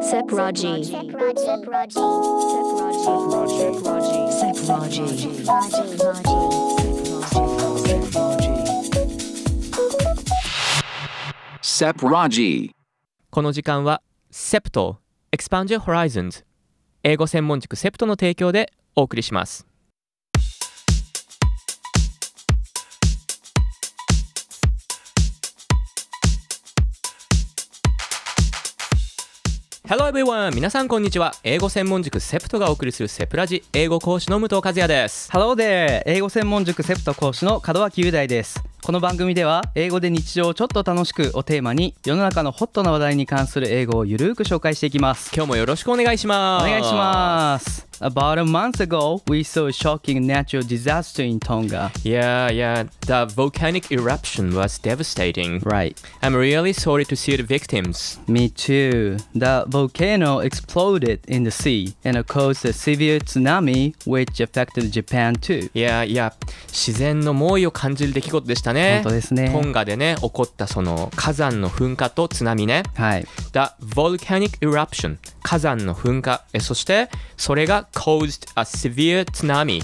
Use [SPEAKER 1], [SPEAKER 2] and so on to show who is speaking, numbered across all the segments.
[SPEAKER 1] Sepraji.
[SPEAKER 2] Sepraji.
[SPEAKER 3] Sepraji.
[SPEAKER 4] Sepraji.
[SPEAKER 5] この時間は SEPT Expand Your Horizons 英語専門塾 SEPT の提供でお送りしますハロー everyone! 皆さんこんにちは。英語専門塾セプトがお送りするセプラジ英語講師の武藤和也です。
[SPEAKER 6] ハローで英語専門塾セプト講師の門脇雄大ですこの番組では英語で日常をちょっと楽しくをテーマに世の中のホットな話題に関する英語をゆるーく紹介していきます
[SPEAKER 5] 今日もよろしくお願いし
[SPEAKER 6] お
[SPEAKER 5] ます。
[SPEAKER 6] 願いします。About a month ago, we saw a shocking natural disaster in Tonga.
[SPEAKER 5] Yeah, yeah. The volcanic eruption was devastating.
[SPEAKER 6] Right.
[SPEAKER 5] I'm really sorry to see the victims.
[SPEAKER 6] Me too. The volcano exploded in the sea and caused a severe tsunami, which affected Japan too.
[SPEAKER 5] Yeah, yeah. 自然の猛威を感じる出来事でしたね。
[SPEAKER 6] 本当ですね
[SPEAKER 5] トンガでね、起こったその火山の噴火と津波ね。
[SPEAKER 6] はい。
[SPEAKER 5] The volcanic eruption. 火山の噴火。えそして、それが caused a severe tsunami.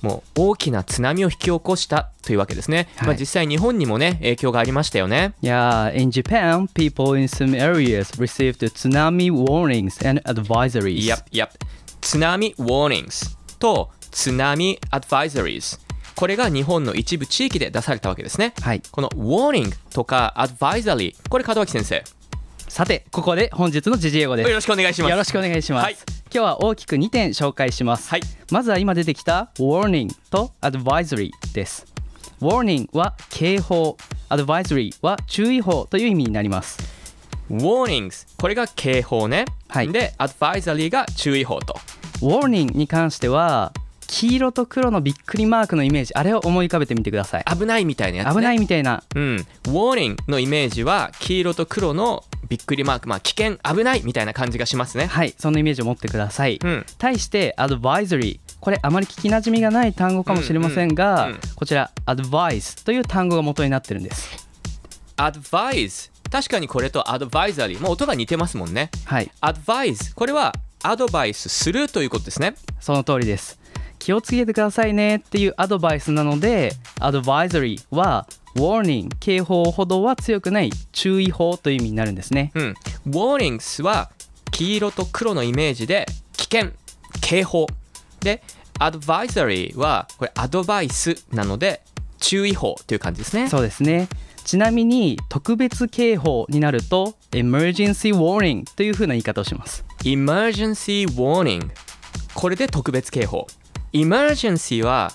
[SPEAKER 5] もう大きな津波を引き起こしたというわけですね。
[SPEAKER 6] はい
[SPEAKER 5] まあ実際日本にもね、影響がありましたよね。
[SPEAKER 6] Yeah, in Japan, people in some areas received tsunami warnings and advisories.
[SPEAKER 5] Yep, yep. 津波 warnings と津波 advisories。これが日本の一部地域で出されたわけですね。
[SPEAKER 6] はい
[SPEAKER 5] この warning とか advisory、これ門脇先生。
[SPEAKER 6] さて、ここで本日の時事英語です。
[SPEAKER 5] よろしくお願いします
[SPEAKER 6] よろしくお願いします。
[SPEAKER 5] はい
[SPEAKER 6] 今日は大きく2点紹介します。
[SPEAKER 5] はい
[SPEAKER 6] まずは今出てきた warning と advisory です。warning は警報、advisory は注意報という意味になります。
[SPEAKER 5] warnings、これが警報ね。
[SPEAKER 6] はい
[SPEAKER 5] で、advisory が注意報と。
[SPEAKER 6] warning に関しては黄色と黒のびっくりマークのイメージ、あれを思い浮かべてみてください。
[SPEAKER 5] 危ないみたいなやつ、ね。。
[SPEAKER 6] 危ないいみたいな。
[SPEAKER 5] うん。warning のイメージは黄色と黒のびっくりマーク、まあ危険、危ないみたいな感じがしますね。
[SPEAKER 6] はい、そのイメージを持ってください。
[SPEAKER 5] うん
[SPEAKER 6] 対して、advisory。これあまり聞きなじみがない単語かもしれませんが、
[SPEAKER 5] うんうんうん
[SPEAKER 6] こちら advice という単語が元になってるんです。
[SPEAKER 5] advise、確かにこれと advisory、もう音が似てますもんね。
[SPEAKER 6] はい、
[SPEAKER 5] advise これはアドバイスするということですね
[SPEAKER 6] その通りです。気をつけてくださいねっていうアドバイスなので、advisory は warning 警報ほどは強くない注意報という意味になるんですね。
[SPEAKER 5] うん warnings は黄色と黒のイメージで危険警報で advisory はこれアドバイスなので注意報という感じですね
[SPEAKER 6] そうですね。ちなみに特別警報になると emergency warning というふうな言い方をします。
[SPEAKER 5] emergency warning これで特別警報 emergency は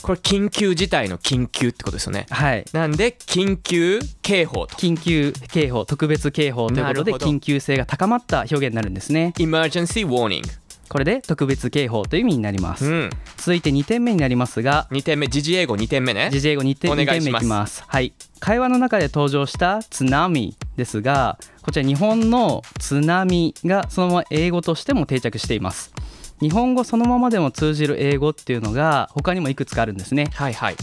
[SPEAKER 5] これ緊急事態の緊急ってことですよね
[SPEAKER 6] はい。
[SPEAKER 5] なんで緊急警報と
[SPEAKER 6] 緊急警報特別警報ということで
[SPEAKER 5] なるほど
[SPEAKER 6] 緊急性が高まった表現になるんですね
[SPEAKER 5] emergency warning
[SPEAKER 6] これで特別警報という意味になります、
[SPEAKER 5] うん
[SPEAKER 6] 続いて2点目になりますが
[SPEAKER 5] 2点目時事英語2点目ね
[SPEAKER 6] 時事英語2点
[SPEAKER 5] お願い
[SPEAKER 6] 二点目い
[SPEAKER 5] します
[SPEAKER 6] きますはい会話の中で登場した津波ですがこちら日本の津波がそのまま英語としても定着しています日本語そのままでも通じる英語っていうのが他にもいくつかあるんですね
[SPEAKER 5] はいはい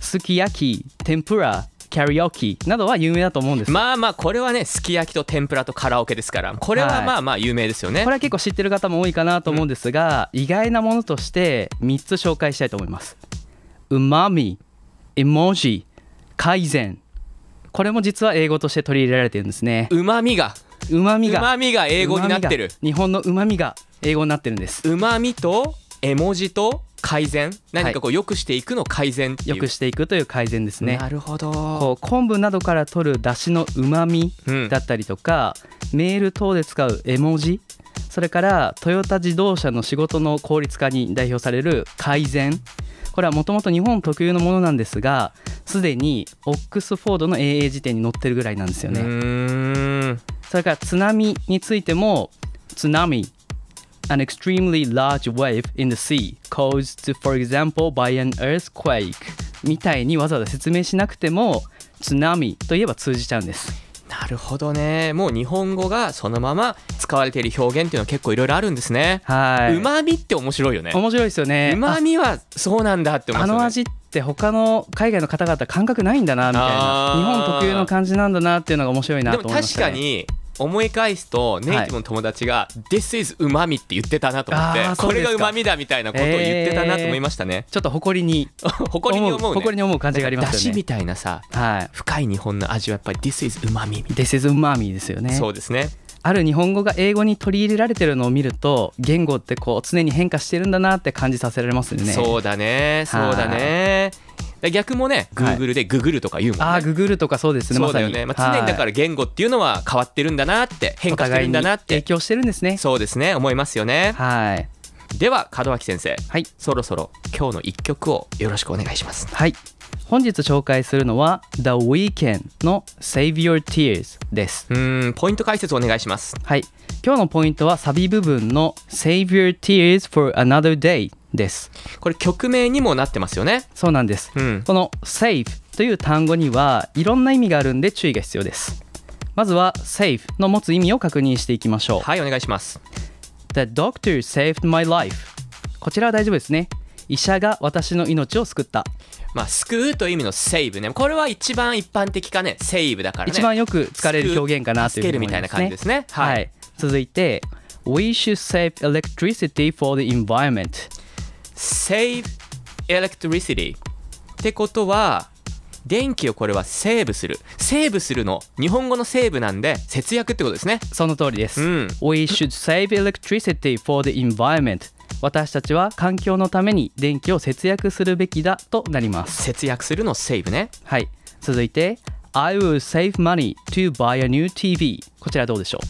[SPEAKER 6] すき焼き天ぷらキャリオキなどは有名だと思うんです
[SPEAKER 5] まあまあこれはねすき焼きと天ぷらとカラオケですからこれは
[SPEAKER 6] はい
[SPEAKER 5] まあまあ有名ですよね、
[SPEAKER 6] これは結構知ってる方も多いかなと思うんですが、意外なものとして3つ紹介したいと思いますうまみ絵文字改善これも実は英語として取り入れられてるんですね
[SPEAKER 5] うまみが
[SPEAKER 6] うまみ
[SPEAKER 5] うま
[SPEAKER 6] が
[SPEAKER 5] みが英語になってる
[SPEAKER 6] うまみが日本のうまみが英語になってるんです
[SPEAKER 5] うまみと絵文字と改善何かこう良くしていくの改善っていう
[SPEAKER 6] よくしていくという改善ですね
[SPEAKER 5] なるほど
[SPEAKER 6] こう昆布などから取る出汁のうまみ
[SPEAKER 5] うん
[SPEAKER 6] だったりとか、メール等で使う絵文字それからトヨタ自動車の仕事の効率化に代表される改善これはもともと日本特有のものなんですがすでにオックスフォードの英英辞典に載ってるぐらいなんですよ
[SPEAKER 5] う
[SPEAKER 6] ね、
[SPEAKER 5] ーん
[SPEAKER 6] それから津波についても津波 An extremely large wave in the sea caused, for example, by an earthquake みたいにわざわざ説明しなくても津波といえば通じちゃうんです
[SPEAKER 5] なるほどねもう日本語がそのまま使われている表現っていうのは結構いろいろあるんですね
[SPEAKER 6] はいう
[SPEAKER 5] まみって面白いよね
[SPEAKER 6] 面白いですよね
[SPEAKER 5] うまみはそうなんだって思い
[SPEAKER 6] ああ
[SPEAKER 5] ますよね
[SPEAKER 6] の味って他の海外の方々感覚ないんだなみたいな
[SPEAKER 5] あー
[SPEAKER 6] 日本特有の感じなんだなっていうのが面白いな
[SPEAKER 5] で
[SPEAKER 6] と
[SPEAKER 5] も
[SPEAKER 6] 思いまし
[SPEAKER 5] 確
[SPEAKER 6] た、
[SPEAKER 5] か
[SPEAKER 6] ね、
[SPEAKER 5] に思い返すとネイティブの友達が「This is うまみ」って言ってたなと思って
[SPEAKER 6] あーそ
[SPEAKER 5] こ
[SPEAKER 6] うで
[SPEAKER 5] れ
[SPEAKER 6] すか
[SPEAKER 5] がうまみだみたいなことを言ってたなと思いましたね、
[SPEAKER 6] ちょっと誇りに
[SPEAKER 5] 誇りに思うね
[SPEAKER 6] 誇りに思う感じがありま
[SPEAKER 5] だ
[SPEAKER 6] す
[SPEAKER 5] し
[SPEAKER 6] よね
[SPEAKER 5] みたいなさ
[SPEAKER 6] はい
[SPEAKER 5] 深い日本の味はやっぱり「This is うまみ」みたい
[SPEAKER 6] This is u m a ですよ
[SPEAKER 5] な
[SPEAKER 6] ね
[SPEAKER 5] そうですね
[SPEAKER 6] ある日本語が英語に取り入れられてるのを見ると言語ってこう常に変化してるんだなって感じさせられますよね
[SPEAKER 5] そうだねそうだねだ逆もね
[SPEAKER 6] はい
[SPEAKER 5] Google でググるとか言うもんね、
[SPEAKER 6] ああググるとかそうですね
[SPEAKER 5] そ
[SPEAKER 6] ま
[SPEAKER 5] うだ
[SPEAKER 6] さ
[SPEAKER 5] よ
[SPEAKER 6] に
[SPEAKER 5] ね、まあ、常にだ
[SPEAKER 6] は
[SPEAKER 5] か
[SPEAKER 6] い
[SPEAKER 5] ら言語っていうのは変わってるんだなって変化してるんだなっ
[SPEAKER 6] お互いに影
[SPEAKER 5] て
[SPEAKER 6] 響してるんですね
[SPEAKER 5] そうですね思いますよね
[SPEAKER 6] はい
[SPEAKER 5] では門脇先生
[SPEAKER 6] はい
[SPEAKER 5] そろそろ今日の一曲をよろしくお願いします
[SPEAKER 6] はい本日紹介するのは The Weeknd の Save Your Tears です
[SPEAKER 5] うーんポイント解説お願いします
[SPEAKER 6] はい今日のポイントはサビ部分の Save Your Tears for Another Day です
[SPEAKER 5] これ曲名にもなってますよね
[SPEAKER 6] そうなんです
[SPEAKER 5] うん
[SPEAKER 6] この save という単語にはいろんな意味があるんで注意が必要ですまずは save の持つ意味を確認していきましょう
[SPEAKER 5] はいお願いします
[SPEAKER 6] The doctor saved my life こちらは大丈夫ですね医者が私の命を救った、
[SPEAKER 5] まあ救うという意味のセーブねこれは一番一般的かねセーブだからね
[SPEAKER 6] 一番よく使われる表現かなという
[SPEAKER 5] 助
[SPEAKER 6] ふう
[SPEAKER 5] け
[SPEAKER 6] に
[SPEAKER 5] る
[SPEAKER 6] 思
[SPEAKER 5] み
[SPEAKER 6] い
[SPEAKER 5] たい
[SPEAKER 6] ま
[SPEAKER 5] な
[SPEAKER 6] す
[SPEAKER 5] 感じ
[SPEAKER 6] ね
[SPEAKER 5] ですね
[SPEAKER 6] はい、続いて We should save electricity for the environment
[SPEAKER 5] save electricity ってことは電気をこれはセーブするセーブするの日本語のセーブなんで節約ってことですね
[SPEAKER 6] その通りです、
[SPEAKER 5] うん
[SPEAKER 6] We should save electricity for the environment 私たちは環境のために電気を節約するべきだとなります
[SPEAKER 5] 節約するのセーブね
[SPEAKER 6] はい続いて I will save money to buy a new TV こちらどうでしょ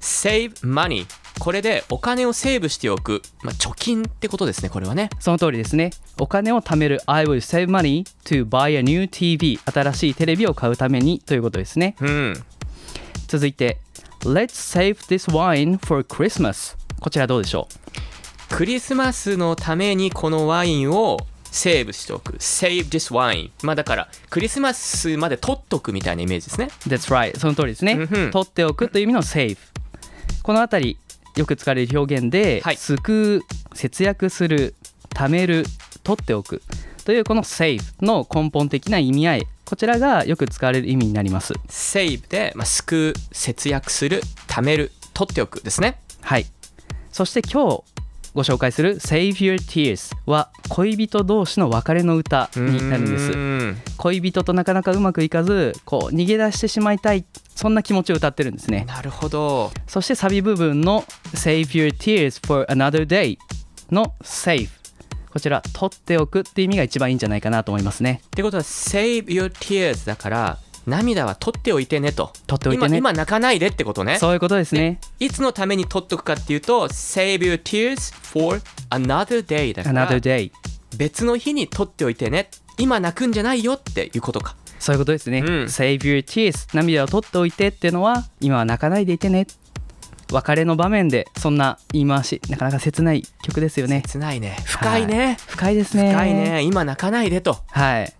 [SPEAKER 5] save money これでお金をセーブしておく、まあ、貯金ってことですねこれはね
[SPEAKER 6] うその通りですねお金を貯める I will save money to buy a new TV 新しいテレビを買うためにということですね
[SPEAKER 5] うん
[SPEAKER 6] 続いて Let's save this wine for Christmas こちらどうでしょ
[SPEAKER 5] クリスマスのためにこのワインをセーブしておく save this wine まあだからクリスマスまで取っとくみたいなイメージですね
[SPEAKER 6] う That's right その通りですね、
[SPEAKER 5] うんふん
[SPEAKER 6] 取っておくという意味の save このあたりよく使われる表現で、
[SPEAKER 5] はい
[SPEAKER 6] 救う節約する貯める取っておくというこの save の根本的な意味合いこちらがよく使われる意味になります
[SPEAKER 5] save で、まあ、救う節約する貯める取っておくですね
[SPEAKER 6] はいそして今日ご紹介する Save Your Tears は恋人同士の別れの歌になるんで
[SPEAKER 5] う
[SPEAKER 6] す
[SPEAKER 5] ーん
[SPEAKER 6] 恋人となかなかうまくいかずこう逃げ出してしまいたいそんな気持ちを歌ってるんですね
[SPEAKER 5] なるほど
[SPEAKER 6] そしてサビ部分の Save Your Tears for Another Day の Save こちら取っておくって意味が一番いいんじゃないかなと思いますね
[SPEAKER 5] ってことは save your tears だから涙は取っておいてねと
[SPEAKER 6] 取っておいて
[SPEAKER 5] 今
[SPEAKER 6] ね
[SPEAKER 5] 今泣かないでってことね
[SPEAKER 6] そういうことですね
[SPEAKER 5] いつのために取っとくかっていうと save your tears for another day だから
[SPEAKER 6] Another Day
[SPEAKER 5] 別の日に取っておいてね今泣くんじゃないよっていうことか
[SPEAKER 6] そういうことですね、
[SPEAKER 5] うん
[SPEAKER 6] Save your tears 涙を取っておいてっていうのは今は泣かないでいてね別れの場面でそんな言い回しなかなか切ない曲ですよね
[SPEAKER 5] 切ないね深いね、
[SPEAKER 6] 深いですね
[SPEAKER 5] 深いね今泣かないでと
[SPEAKER 6] はい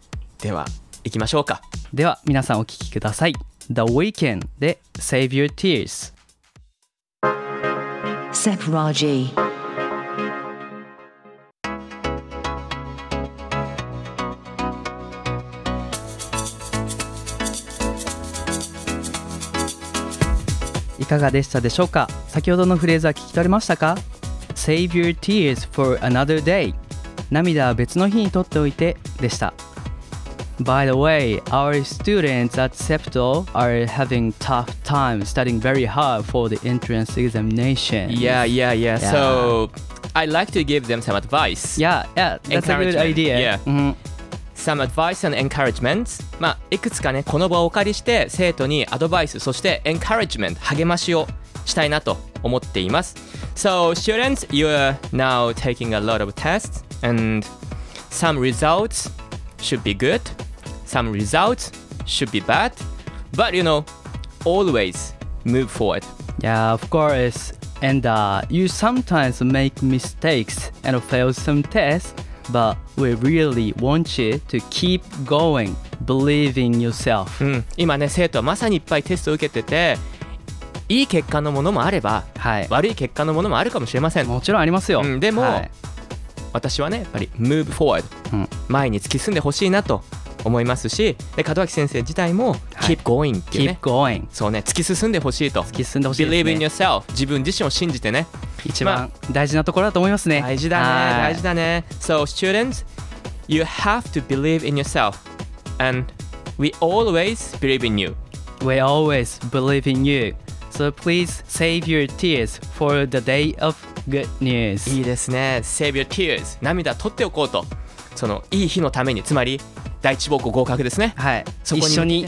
[SPEAKER 5] では行きましょうか
[SPEAKER 6] では皆さんお聴きください The Weeknd で Save Your Tears
[SPEAKER 1] Sep Raji.
[SPEAKER 6] いかがでしたでしょうか先ほどのフレーズは聞き取れましたか Save your tears for another day 涙は別の日に取っておいてでした By the way, our students at SEPTO are having tough time studying very hard for the entrance examination.
[SPEAKER 5] Yeah yeah yeah
[SPEAKER 6] Yeah.
[SPEAKER 5] so I like to give them some advice
[SPEAKER 6] Yeah, yeah, that's a good
[SPEAKER 5] Encouragement.
[SPEAKER 6] idea.
[SPEAKER 5] Yeah.
[SPEAKER 6] うん、
[SPEAKER 5] some advice and encouragement まあいくつかねこの場をお借りして生徒にアドバイスそして encouragement 励ましをしたいなと思っています So students you're now taking a lot of tests and some results should be good some results should be bad but you know always move forward
[SPEAKER 6] Yeah, of course. And uh, you sometimes make mistakes and fail some tests, but we really want you to keep going, believe in yourself.
[SPEAKER 5] うん今ね生徒はまさにいっぱいテストを受けてていい結果のものもあれば
[SPEAKER 6] はい。
[SPEAKER 5] 悪い結果のものもあるかもしれません
[SPEAKER 6] もちろんありますよ。
[SPEAKER 5] うんでも
[SPEAKER 6] はい
[SPEAKER 5] 私はねやっぱり move forward、
[SPEAKER 6] うん
[SPEAKER 5] 前に突き進んでほしいなと思いますしで門脇先生自体も「
[SPEAKER 6] はい
[SPEAKER 5] keep going」ってい
[SPEAKER 6] Keep
[SPEAKER 5] うね、
[SPEAKER 6] going
[SPEAKER 5] そうね突き進んでほしいと
[SPEAKER 6] 突き進んでほしいです
[SPEAKER 5] Believe
[SPEAKER 6] ね
[SPEAKER 5] in yourself 自分自身を信じてね
[SPEAKER 6] 一番大事なところだと思いますね
[SPEAKER 5] 大事だね
[SPEAKER 6] はい
[SPEAKER 5] 大事だね So students you have to believe in yourself and we always believe in you
[SPEAKER 6] We always believe in you So please save your tears for the day of good news
[SPEAKER 5] いいですね Save your tears 涙取っておこうとそのいい日のためにつまり第一膀胱合格ですね
[SPEAKER 6] はい
[SPEAKER 5] そこに
[SPEAKER 6] 一緒に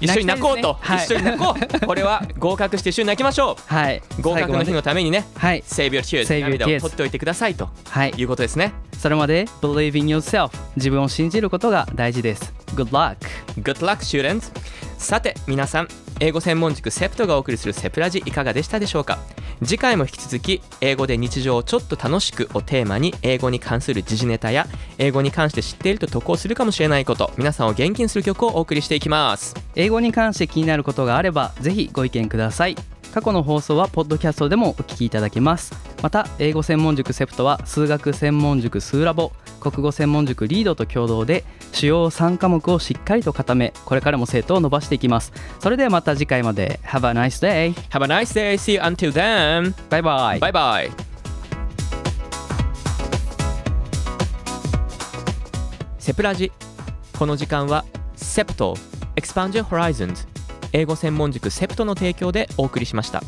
[SPEAKER 5] 一緒に泣こうと、
[SPEAKER 6] 泣き
[SPEAKER 5] 一緒
[SPEAKER 6] たいです
[SPEAKER 5] に
[SPEAKER 6] ね
[SPEAKER 5] 泣こうこれは合格して一緒に泣きましょ
[SPEAKER 6] はい、
[SPEAKER 5] う合格の日のためにね
[SPEAKER 6] はい
[SPEAKER 5] Save your tears
[SPEAKER 6] Save your
[SPEAKER 5] 涙を
[SPEAKER 6] tears
[SPEAKER 5] 取っておいてくださいと
[SPEAKER 6] はい
[SPEAKER 5] いうことですね
[SPEAKER 6] それまで Believe in yourself 自分を信じることが大事です Good luck
[SPEAKER 5] Good luck students さて皆さん英語専門塾セプトがお送りするセプラジいかがでしたでしょうか次回も引き続き英語で日常をちょっと楽しくをテーマに英語に関する時事ネタや英語に関して知っていると得をするかもしれないこと皆さんを元気にする曲をお送りしていきます
[SPEAKER 6] 英語に関して気になることがあればぜひご意見ください過去の放送はポッドキャストでもお聞きいただけますまた英語専門塾セプトは数学専門塾スーラボ国語専門塾リードと共同で主要3科目をしっかりと固めこれからも生徒を伸ばしていきますそれではまた次回まで Have a nice day!
[SPEAKER 5] Have a nice day see you until then
[SPEAKER 6] バイバイ
[SPEAKER 5] bye bye「セプラジ」この時間は「セプト Expand Your Horizons」英語専門塾セプトの提供でお送りしました。